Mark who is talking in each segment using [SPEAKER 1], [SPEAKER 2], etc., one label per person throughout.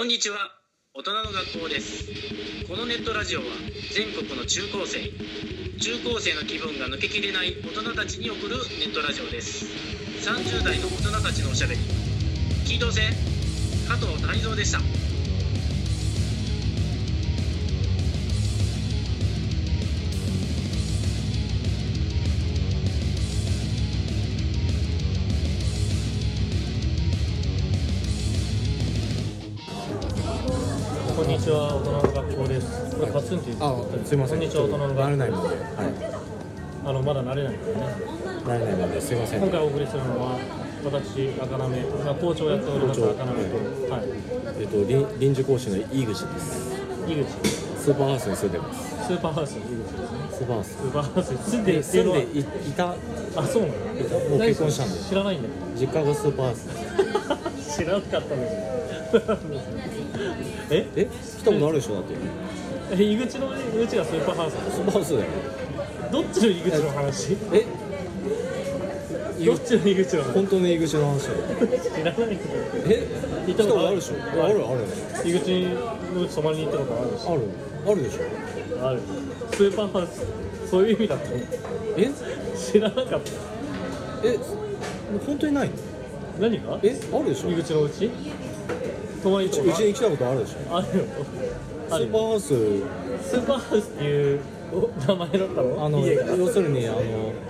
[SPEAKER 1] こんにちは大人の学校ですこのネットラジオは全国の中高生中高生の気分が抜けきれない大人たちに送るネットラジオです30代の大人たちのおしゃべり聞いとせ加藤谷蔵でした
[SPEAKER 2] こんにちは、大人の学校です。これカツンって言う。
[SPEAKER 3] あ、すいません。
[SPEAKER 2] こんにちは、大人の
[SPEAKER 3] 慣
[SPEAKER 2] 学
[SPEAKER 3] れないもんで、はい、
[SPEAKER 2] 校。あの、まだ慣れないんでね。
[SPEAKER 3] 慣れないもんで、すいません。
[SPEAKER 2] 今回お送りするのは、私、赤なめ、まあ、校長をやっております
[SPEAKER 3] 校長
[SPEAKER 2] 赤なめと。は
[SPEAKER 3] えっと臨臨時講師の井口です。
[SPEAKER 2] い。井口。ス
[SPEAKER 3] スーパーハウスに住んでます。
[SPEAKER 2] ーパーハウスの井口ですね。
[SPEAKER 3] スーパーハウス
[SPEAKER 2] ス。ーパーハウスに住んで
[SPEAKER 3] で
[SPEAKER 2] いて
[SPEAKER 3] 住
[SPEAKER 2] のは
[SPEAKER 3] んでいいた
[SPEAKER 2] あ、そうなの。
[SPEAKER 3] もう結婚したんで
[SPEAKER 2] 知らないんだ
[SPEAKER 3] 実家がスーパーハウスで
[SPEAKER 2] よ。
[SPEAKER 3] す。
[SPEAKER 2] 知らなかったんですよ。
[SPEAKER 3] え、来たことあるでしょだって。
[SPEAKER 2] え、井口の井口がスーパーハウスな
[SPEAKER 3] スーパーハウスだよ。
[SPEAKER 2] の。どっちの井口の話？
[SPEAKER 3] え、
[SPEAKER 2] どっちの井口の話？
[SPEAKER 3] 本当の井口の話だよ。
[SPEAKER 2] 知らないけど。
[SPEAKER 3] え、
[SPEAKER 2] 行
[SPEAKER 3] 来
[SPEAKER 2] ったた
[SPEAKER 3] こ
[SPEAKER 2] ことと
[SPEAKER 3] あ
[SPEAKER 2] あ
[SPEAKER 3] る
[SPEAKER 2] る
[SPEAKER 3] でしょ。あるある。
[SPEAKER 2] 井口の泊まりに行ったことあるでしょ
[SPEAKER 3] ある。あるでしょ。
[SPEAKER 2] あるスーパーハウスそういう意味だったの
[SPEAKER 3] え、
[SPEAKER 2] 知らなかった
[SPEAKER 3] え、本当にないの？
[SPEAKER 2] 何が
[SPEAKER 3] え、あるでしょ。
[SPEAKER 2] 井
[SPEAKER 3] う
[SPEAKER 2] 口のうち泊まり
[SPEAKER 3] ち
[SPEAKER 2] と
[SPEAKER 3] う
[SPEAKER 2] か
[SPEAKER 3] ちに来たことあるでしょ。
[SPEAKER 2] あるよ
[SPEAKER 3] ス
[SPEAKER 2] ある
[SPEAKER 3] ーパ
[SPEAKER 2] よ
[SPEAKER 3] ーハウス
[SPEAKER 2] スーパーハウスっていう名前だったの
[SPEAKER 3] あの
[SPEAKER 2] 家が
[SPEAKER 3] 要するにあの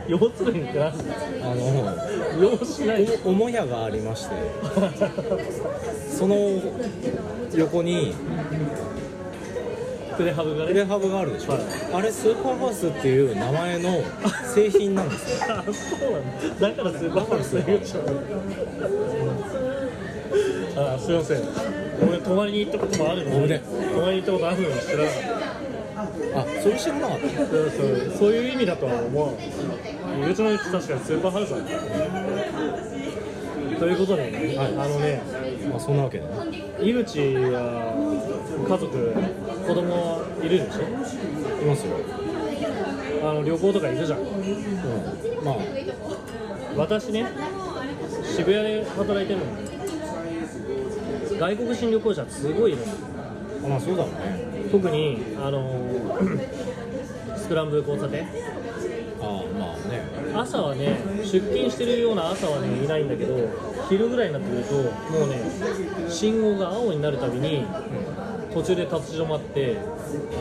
[SPEAKER 2] 要するにって何
[SPEAKER 3] あの。
[SPEAKER 2] 要しないで
[SPEAKER 3] おもやがありましてその横に
[SPEAKER 2] プレハブが
[SPEAKER 3] プレ
[SPEAKER 2] ね
[SPEAKER 3] ハブがあるでしょ、
[SPEAKER 2] はい
[SPEAKER 3] あれスーパーハウスっていう名前の製品なんですよ
[SPEAKER 2] あそうなんだだからスーパーハウスだよあすいません俺泊まりに行ったこともあるの
[SPEAKER 3] ごめ
[SPEAKER 2] に
[SPEAKER 3] んね
[SPEAKER 2] 泊まりに行ったことあるのに知らなかった
[SPEAKER 3] あそれ知らなかった
[SPEAKER 2] そうそうそういう意味だとは思う入り口のうち確かにスーパーハウスだったということでね、
[SPEAKER 3] はい
[SPEAKER 2] あのね
[SPEAKER 3] まあそんなわけだね
[SPEAKER 2] 井口は家族子供いるでしょ
[SPEAKER 3] いますよ、
[SPEAKER 2] あの旅行とか行くじゃん
[SPEAKER 3] うん、まあ
[SPEAKER 2] 私ね渋谷で働いてるの外国人旅行者すごいいるの
[SPEAKER 3] あまあそうだろうね
[SPEAKER 2] 特にあの スクランブル交差点
[SPEAKER 3] ああまあね
[SPEAKER 2] 朝はね出勤してるような朝はねいないんだけど昼ぐらいになってくるともうね信号が青になるたびに途中で立ち止まってあ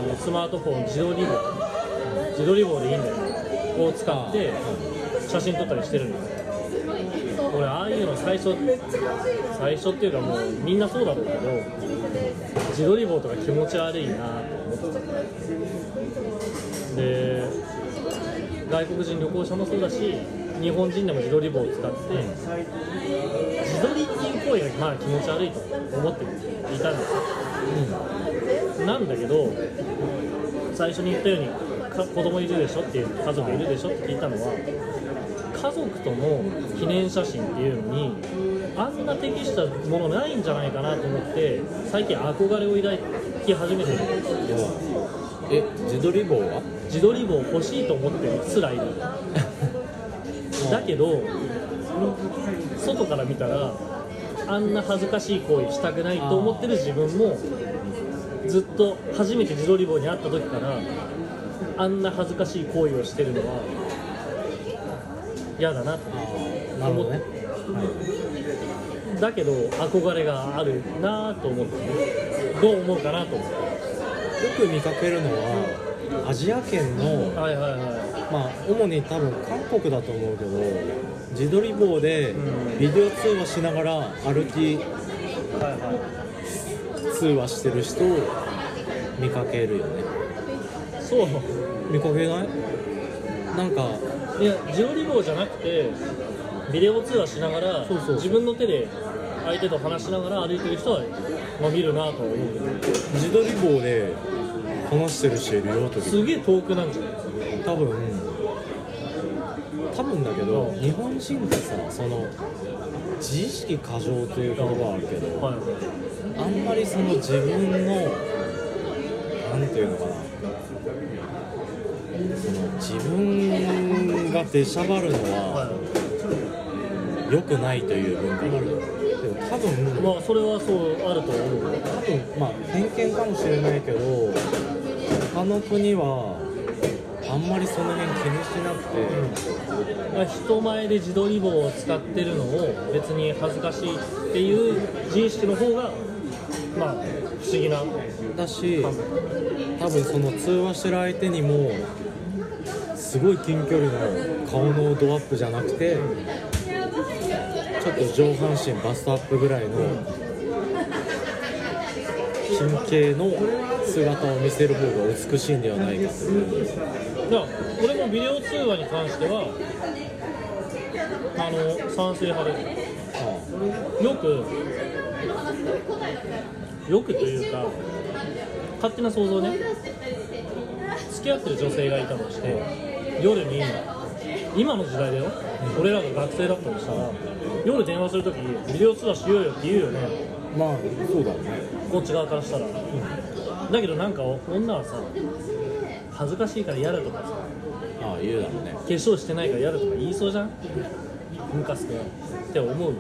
[SPEAKER 2] のスマートフォン自撮り棒自撮り棒でいいんだよを使って写真撮ったりしてるんだよ俺ああいうの最初最初っていうかもうみんなそうだろうけど自撮り棒とか気持ち悪いなと思ってたで外国人旅行者もそうだし日本人でも自撮り棒を使って自撮りっていう行為がまあ気持ち悪いと思っていたんですよなんだけど最初に言ったようにか子供いるでしょっていう家族いるでしょって聞いたのは家族との記念写真っていうのにあんな適したものないんじゃないかなと思って最近憧れを抱き始めてる
[SPEAKER 3] いやえ自撮り棒は
[SPEAKER 2] 自撮り棒欲しいと思ってるすらいるだけど外から見たらあんな恥ずかしい行為したくないと思ってる自分もずっと初めて自撮り棒に会った時からあんな恥ずかしい行為をしてるのは嫌だなって
[SPEAKER 3] ああなるほどねは
[SPEAKER 2] だけど憧れがあるなぁと思ってねどう思うかなと思って
[SPEAKER 3] いよく見かけるのはアジア圏の
[SPEAKER 2] はいはいは
[SPEAKER 3] まあ主に多分韓国だと思うけど自撮り棒で
[SPEAKER 2] うん
[SPEAKER 3] ビデオ通話しながら歩き
[SPEAKER 2] いはいは
[SPEAKER 3] 通話してる人を見かけるよね
[SPEAKER 2] いそう
[SPEAKER 3] 見かけないなんか
[SPEAKER 2] いや自撮り棒じゃなくてビデオ通話しながら
[SPEAKER 3] そうそう
[SPEAKER 2] 自分の手で相手と話しながら歩いてる人は、まあ、見るなとは思うけど
[SPEAKER 3] 自撮り棒で話してる人いるよ時
[SPEAKER 2] すげえ遠くなんじゃない
[SPEAKER 3] 多分多分だけど日本人ってさその自意識過剰という言葉はあるけど、
[SPEAKER 2] はいはい
[SPEAKER 3] あんまりその自分のなんていうのかなその自分が出しゃばるのは
[SPEAKER 2] は
[SPEAKER 3] 良くないという文化があるでも多分
[SPEAKER 2] まあそれはそうあると思う
[SPEAKER 3] 多分まあ偏見かもしれないけど他の国はあんまりその辺気にしなくて、
[SPEAKER 2] まあ人前で自撮り棒を使ってるのを別に恥ずかしいっていう自意識の方がまあ不思議な
[SPEAKER 3] だし多分その通話してる相手にもすごい近距離の顔のドアップじゃなくてちょっと上半身バストアップぐらいの神経の姿を見せる方が美しいんではないかという
[SPEAKER 2] だから俺もビデオ通話に関してはあの賛成派でよくよくというか勝手な想像ね付き合ってる女性がいたとして夜に今の時代だよ、俺らが学生だったとしたら夜電話するときビデオ通話しようよって言うよね
[SPEAKER 3] まあそうだね
[SPEAKER 2] こっち側からしたら、だけどなんか女はさ恥ずかしいからやるとかさ
[SPEAKER 3] ああ言うだろうね
[SPEAKER 2] 化粧してないからやるとか言いそうじゃんムカつくって思う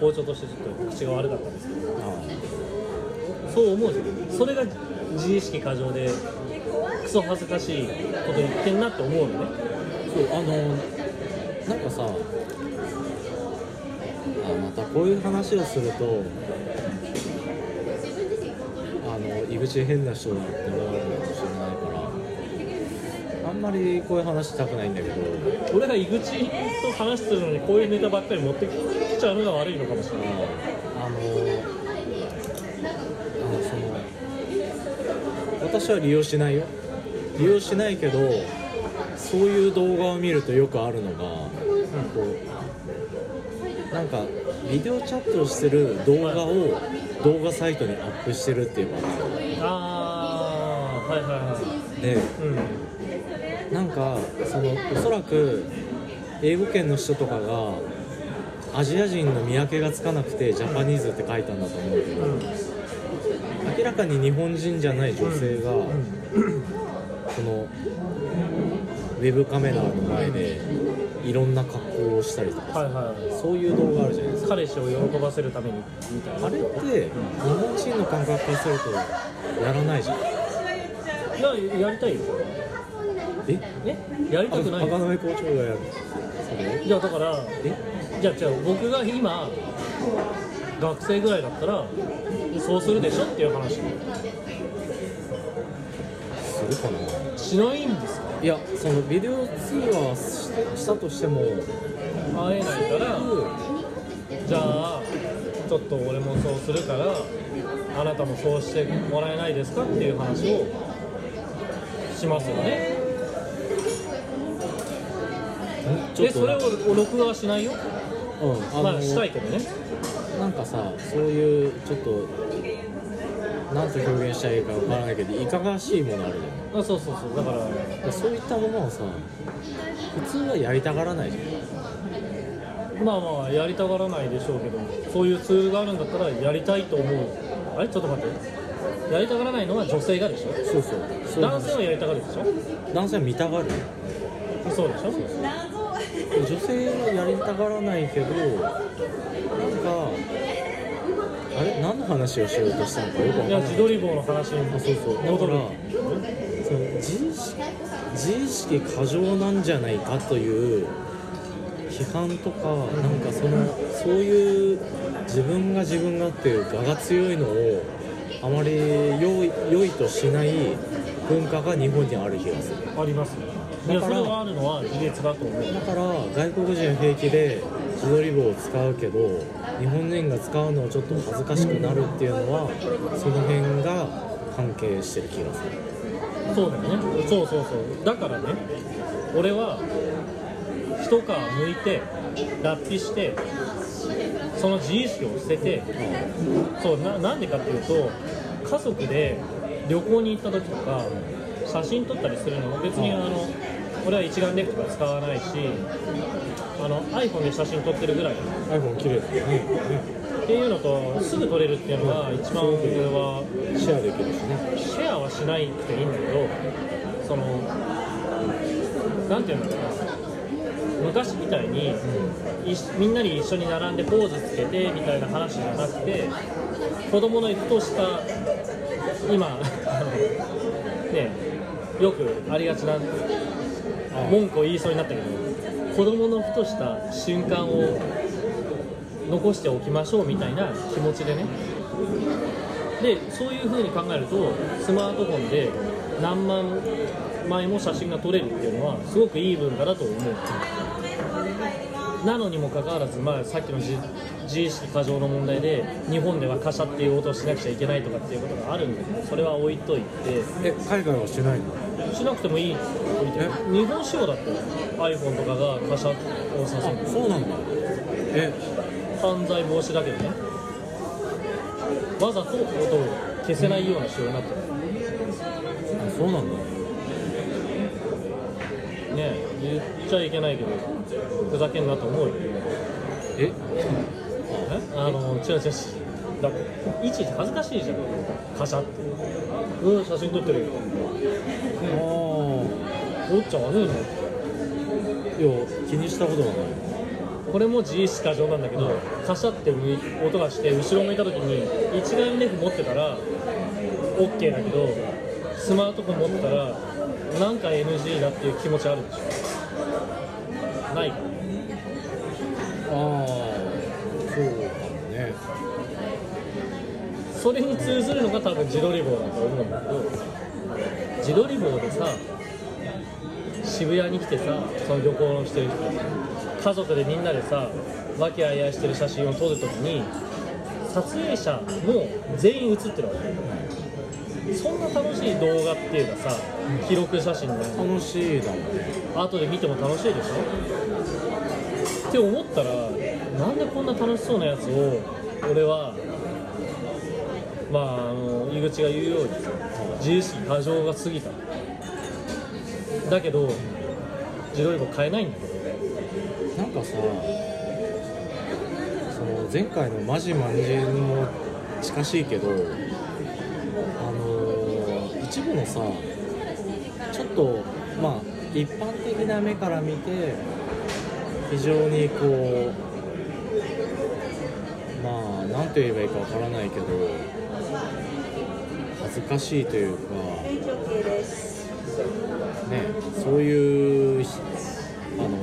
[SPEAKER 2] 校長としてちょっと口が悪かったんですけどそう思うじゃんそれが自意識過剰でクソ恥ずかしいこと言ってんなって思うのね
[SPEAKER 3] そうあのなんかさあまたこういう話をするとあの井口変な人だって思われるかもしれないからあんまりこういう話したくないんだけど
[SPEAKER 2] 俺が井口と話してるのにこういうネタばっかり持ってきちゃうのが悪いのかもしれ
[SPEAKER 3] あ
[SPEAKER 2] ない
[SPEAKER 3] あのあのその私は利用しないよ利用しないけどそういう動画を見るとよくあるのがこうなんかビデオチャットをしてる動画を動画サイトにアップしてるっていうパター
[SPEAKER 2] あーはいはいは
[SPEAKER 3] ンで
[SPEAKER 2] いうん
[SPEAKER 3] なんかそのおそらく英語圏の人とかがアジア人の見分けがつかなくてジャパニーズって書いたんだと思うけど
[SPEAKER 2] うん
[SPEAKER 3] 明らかに日本人じゃない女性が、そのウェブカメラの前でいろんな格好をしたりとか、
[SPEAKER 2] はいは
[SPEAKER 3] そういう動画あるじゃないです
[SPEAKER 2] い彼氏を喜ばせるためにみたい
[SPEAKER 3] か
[SPEAKER 2] な
[SPEAKER 3] あれって日本人の感覚からするとやらないじゃん
[SPEAKER 2] いややりたいよ
[SPEAKER 3] え
[SPEAKER 2] えやり
[SPEAKER 3] あ
[SPEAKER 2] たくない
[SPEAKER 3] 赤
[SPEAKER 2] よ
[SPEAKER 3] の上校長がやるそれ
[SPEAKER 2] いやだから
[SPEAKER 3] え
[SPEAKER 2] じゃあ違う僕が今学生ぐらいだったらそうするでしょっていう話
[SPEAKER 3] するかな
[SPEAKER 2] しないんですか
[SPEAKER 3] いやそのビデオ通話ししたとしても
[SPEAKER 2] 会えないからじゃあちょっと俺もそうするからあなたもそうしてもらえないですかっていう話をしますよね
[SPEAKER 3] ちょ
[SPEAKER 2] で
[SPEAKER 3] っと
[SPEAKER 2] それを録画はしないよ
[SPEAKER 3] うんあの
[SPEAKER 2] まあしたいけどね
[SPEAKER 3] なんかさそういうちょっとなんて表現したらいいかわからないけどいかがわしいものあるじゃない
[SPEAKER 2] あそうそうそうだから
[SPEAKER 3] だからそういったものをさ普通はやりたがらないじゃん
[SPEAKER 2] まあまあやりたがらないでしょうけどそういうツールがあるんだったらやりたいと思うあれちょっと待ってやりたがらないのは女性がでしょ
[SPEAKER 3] そうそうそういう
[SPEAKER 2] 男性
[SPEAKER 3] 話
[SPEAKER 2] はやりたがるでしょ
[SPEAKER 3] 男性は見たがる
[SPEAKER 2] そうでしょ
[SPEAKER 3] 女性はやりたがらないけどなんかあれ何の話をしようとしたのかよくわか
[SPEAKER 2] い
[SPEAKER 3] ん
[SPEAKER 2] や
[SPEAKER 3] ない
[SPEAKER 2] 自撮り棒の話に
[SPEAKER 3] あそうそうだ
[SPEAKER 2] 戻
[SPEAKER 3] か
[SPEAKER 2] る
[SPEAKER 3] らその自意識自意識過剰なんじゃないかという批判とかなんかそのそういう自分が自分がっていう我が強いのをあまり良い良いとしない文化が日本にある気がする
[SPEAKER 2] ありますねいや
[SPEAKER 3] だ
[SPEAKER 2] そ
[SPEAKER 3] か
[SPEAKER 2] れ
[SPEAKER 3] ら
[SPEAKER 2] があるのは事実だと思う
[SPEAKER 3] だから外国人は平気で自撮り棒を使うけど日本人が使うのをちょっと恥ずかしくなるっていうのはその辺が関係してる気がする
[SPEAKER 2] そうだよねそうそうそうだからね俺は一皮剥いて脱皮してその自意識を捨ててそうななんでかっていうと家族で旅行に行った時とか写真撮ったりするのも別にあ
[SPEAKER 3] うん
[SPEAKER 2] の俺は一眼レフとか使わないしあの iPhone で写真撮ってるぐらい
[SPEAKER 3] iPhone 綺麗だよね
[SPEAKER 2] っていうのとすぐ撮れるっていうのが一番僕は
[SPEAKER 3] シェアできるしね
[SPEAKER 2] シェアはしないくていいんだけどそのなんていうんだろうな昔みたいに、いしみんなに一緒に並んでポーズつけてみたいな話じゃなくて子供の行くとした今あのねよくありがちな文句を言いそうになったけど子供のふとした瞬間を残しておきましょうみたいな気持ちでねでそういう風に考えるとスマートフォンで何万枚も写真が撮れるっていうのはすごくいい文化だと思うなのにもかかわらず、まあ、さっきの自自意識過剰の問題で日本では貨車っていうことをしなくちゃいけないとかっていうことがあるんだけどそれは置いといて
[SPEAKER 3] え海外はしてないの
[SPEAKER 2] しなくてもいいみたいな日本仕様だって iPhone とかが貨車をさせる
[SPEAKER 3] そうなんだえ
[SPEAKER 2] 犯罪防止だけどねわざと音を消せないような仕様になってる
[SPEAKER 3] あそうなんだ
[SPEAKER 2] ね言っちゃいけないけどふざけんなと思うよ
[SPEAKER 3] え
[SPEAKER 2] えあの違う違う違うだっていちいち恥ずかしいじゃんカシャってうん写真撮ってるよ
[SPEAKER 3] ああ
[SPEAKER 2] おっちゃ悪いの
[SPEAKER 3] いや気にしたことはない
[SPEAKER 2] これも自意識過剰なんだけど、カシャって音がして後ろ向いた時に一眼レフ持ってたら OK だけどスマートフォン持ってたらなんか NG だっていう気持ちあるでしょないか
[SPEAKER 3] ああそうかもね
[SPEAKER 2] それに通ずるのが多分自撮り棒だと思うんだけど自撮り棒でさ渋谷に来てさその旅行をしてる人家族でみんなでさ和気あいあいしてる写真を撮るときに撮影者も全員写ってるわけそんな楽しい動画っていうかさ記録写真で
[SPEAKER 3] 楽しいだもんね
[SPEAKER 2] 後で見ても楽しいでしょって思ったらなんでこんな楽しそうなやつを俺はまああの井口が言うように自意識過剰が過ぎただけど自撮り棒買えないんだけど
[SPEAKER 3] なんかさその前回のマジマンジェにも近しいけどあのー一部のさちょっとまあ一般的な目から見て非常にこうまあ何と言えばいいかわからないけど恥ずかしいというかねそういうひあのな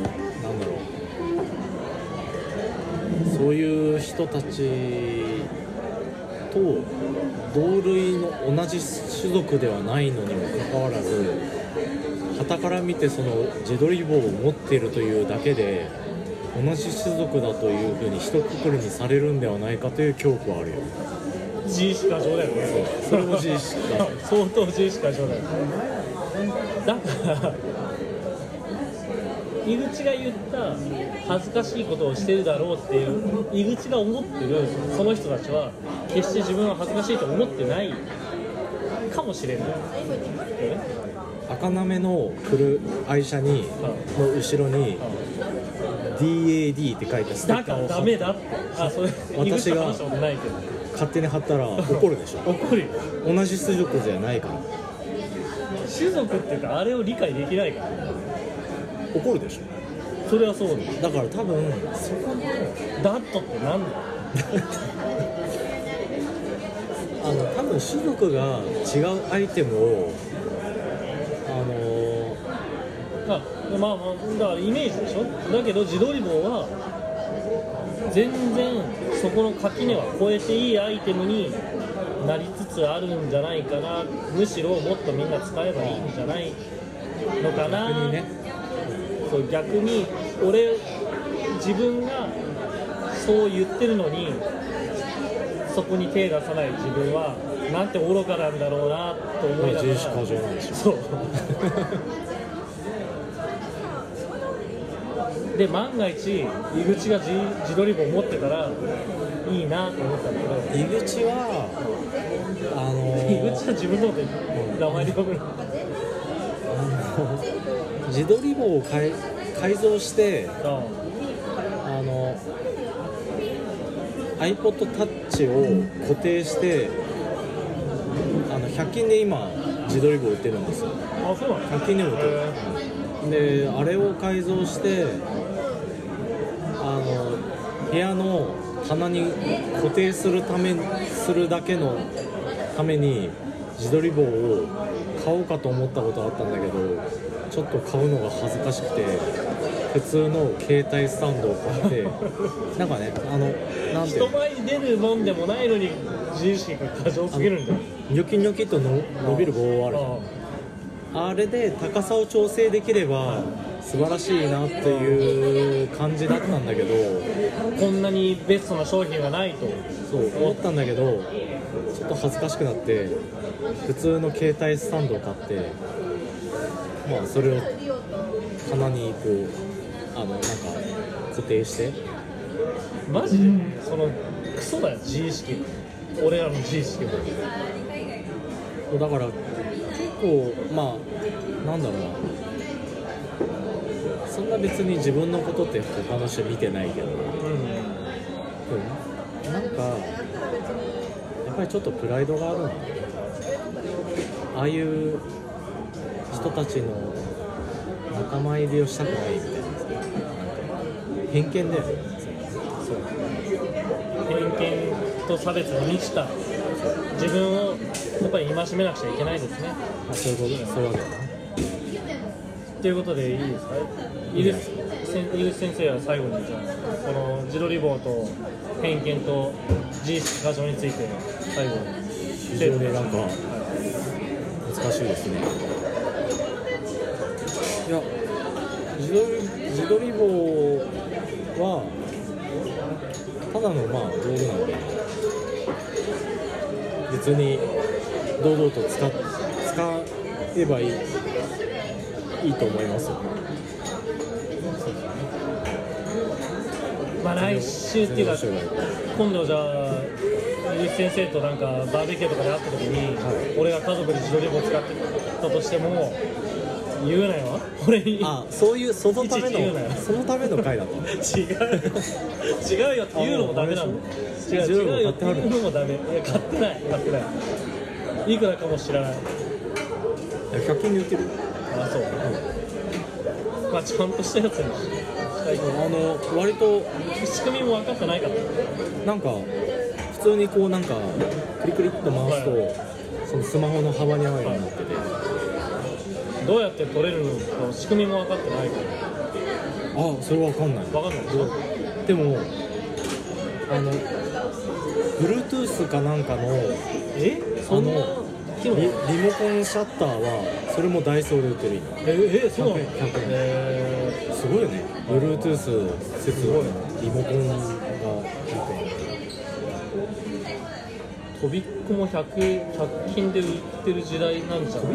[SPEAKER 3] んだろうそういう人たちと同類の同じ種族ではないのにもかかわらず傍から見てその自撮り棒を持っているというだけで同じ種族だというふうに一括りにされるんではないかという恐怖はあるよ
[SPEAKER 2] 自意識過剰だよね
[SPEAKER 3] それも自意識過剰
[SPEAKER 2] 相当自意識過剰だよだから井口が言った恥ずかしいことをしてるだろうっていう井口が思ってるその人たちは決して自分は恥ずかしいと思ってないかもしれない、ね
[SPEAKER 3] 赤なめの来る愛車にの後ろに DAD って書いたステ
[SPEAKER 2] だ
[SPEAKER 3] ッ
[SPEAKER 2] か
[SPEAKER 3] カ
[SPEAKER 2] ら
[SPEAKER 3] ーを
[SPEAKER 2] ダ
[SPEAKER 3] 貼
[SPEAKER 2] メだってあそれ井口
[SPEAKER 3] 私
[SPEAKER 2] と
[SPEAKER 3] が
[SPEAKER 2] 話したことないけど
[SPEAKER 3] 勝手に貼ったら怒るでしょ
[SPEAKER 2] 怒るよ
[SPEAKER 3] 同じ種族じゃないから
[SPEAKER 2] 種族っていうかあれを理解できないから
[SPEAKER 3] 怒るでし
[SPEAKER 2] それはそうだよ
[SPEAKER 3] ょだから多分そこの
[SPEAKER 2] ダットってなんだよ
[SPEAKER 3] あの多分種族が違うアイテムをあの
[SPEAKER 2] あまあまあだからイメージでしょだけど自撮り棒は全然そこの垣根は超えていいアイテムになりつつあるんじゃないかなむしろもっとみんな使えばいいんじゃないのかな
[SPEAKER 3] 逆にね
[SPEAKER 2] そう逆に俺自分がそう言ってるのにそこに手出さない自分はなんて愚かなんだろうなと思いながら
[SPEAKER 3] 自意識過剰なんでしょ
[SPEAKER 2] そう で万が一井口が自自撮り棒持ってたらいいなと思ったんだけど
[SPEAKER 3] 入り口はあ
[SPEAKER 2] 井
[SPEAKER 3] の
[SPEAKER 2] 口は自分のこと名前で呼ぶの
[SPEAKER 3] 自撮り棒を改改造してあの iPodTouch を固定してあの100均で今自撮り棒売ってるんですよ
[SPEAKER 2] あそうなの
[SPEAKER 3] 100均でも売ってるであれを改造して部屋の棚に固定するためするだけのために自撮り棒を買おうかと思ったことあったんだけどちょっと買うのが恥ずかしくて普通の携帯スタンドを買ってなんかねあのなんていう
[SPEAKER 2] 人
[SPEAKER 3] の
[SPEAKER 2] 前に出るもんでもないのに自意識が過剰すぎるんだよ
[SPEAKER 3] ニョキニョキとの伸びる棒あるじゃんあれで高さを調整できれば素晴らしいなっていう感じだったんだけど
[SPEAKER 2] ああこんなにベストな商品がないと
[SPEAKER 3] そう思ったんだけどちょっと恥ずかしくなって普通の携帯スタンドを買ってまあそれを棚にこうあのなんか固定して
[SPEAKER 2] マジでそのクソだよ自意識俺らの自意識も
[SPEAKER 3] そうだから結構まあなんだろうなそんな別に自分のことって他の人見てないけど
[SPEAKER 2] うん
[SPEAKER 3] うんなんかやっぱりちょっとプライドがあるんだねああいう人たちの仲間入りをしたくないみたいななんか偏見だよねそう
[SPEAKER 2] 偏見と差別に満ちた自分をやっぱり戒めなくちゃいけないですね
[SPEAKER 3] あそういうことそういうわけだな
[SPEAKER 2] ということでいいですか井口先井口先生は最後にじゃあこの自撮り棒と偏見と自意識過剰について最後
[SPEAKER 3] 非常になんか
[SPEAKER 2] はい
[SPEAKER 3] 難しいですねいや自撮り自撮り棒はただのまあ道具なんで別に堂々と使っ使えばいいいいと思いますよ
[SPEAKER 2] まあ来週っていうか今度じゃあ井口先生となんかバーベキューとかで会った時に、
[SPEAKER 3] は
[SPEAKER 2] 俺が家族で自撮り棒使ってたとしても言うなよ俺に
[SPEAKER 3] あそういうそのた
[SPEAKER 2] いち
[SPEAKER 3] め
[SPEAKER 2] いち言うなよ
[SPEAKER 3] のそのための回だった
[SPEAKER 2] 違う違うよって言うのもダメなんだ違
[SPEAKER 3] あ
[SPEAKER 2] う
[SPEAKER 3] 自撮り棒
[SPEAKER 2] 違うよって
[SPEAKER 3] 買ってあ
[SPEAKER 2] 言う
[SPEAKER 3] る
[SPEAKER 2] のもダメいや買ってない買ってないいくらかも知らない
[SPEAKER 3] 100均で売ってる
[SPEAKER 2] あそう、まあちゃんとしたやつにしたい
[SPEAKER 3] あの割と
[SPEAKER 2] 仕組みも分かってないから
[SPEAKER 3] なんか普通にこうなんかクリクリっと回すと、そのスマホの幅に合うようになってて、
[SPEAKER 2] どうやって取れるのか仕組みも分かってないから
[SPEAKER 3] あそれわかんない
[SPEAKER 2] 分かんないでしょ
[SPEAKER 3] でもあの Bluetooth かなんかの
[SPEAKER 2] えそんな機能
[SPEAKER 3] リリモコンシャッターはそれもダイソーで売ってる今
[SPEAKER 2] ええそうなの
[SPEAKER 3] 100円
[SPEAKER 2] え
[SPEAKER 3] すごいよね Bluetooth 接続のリモコンが100円
[SPEAKER 2] ー飛びっこも 100, 100均で売ってる時代なんじゃない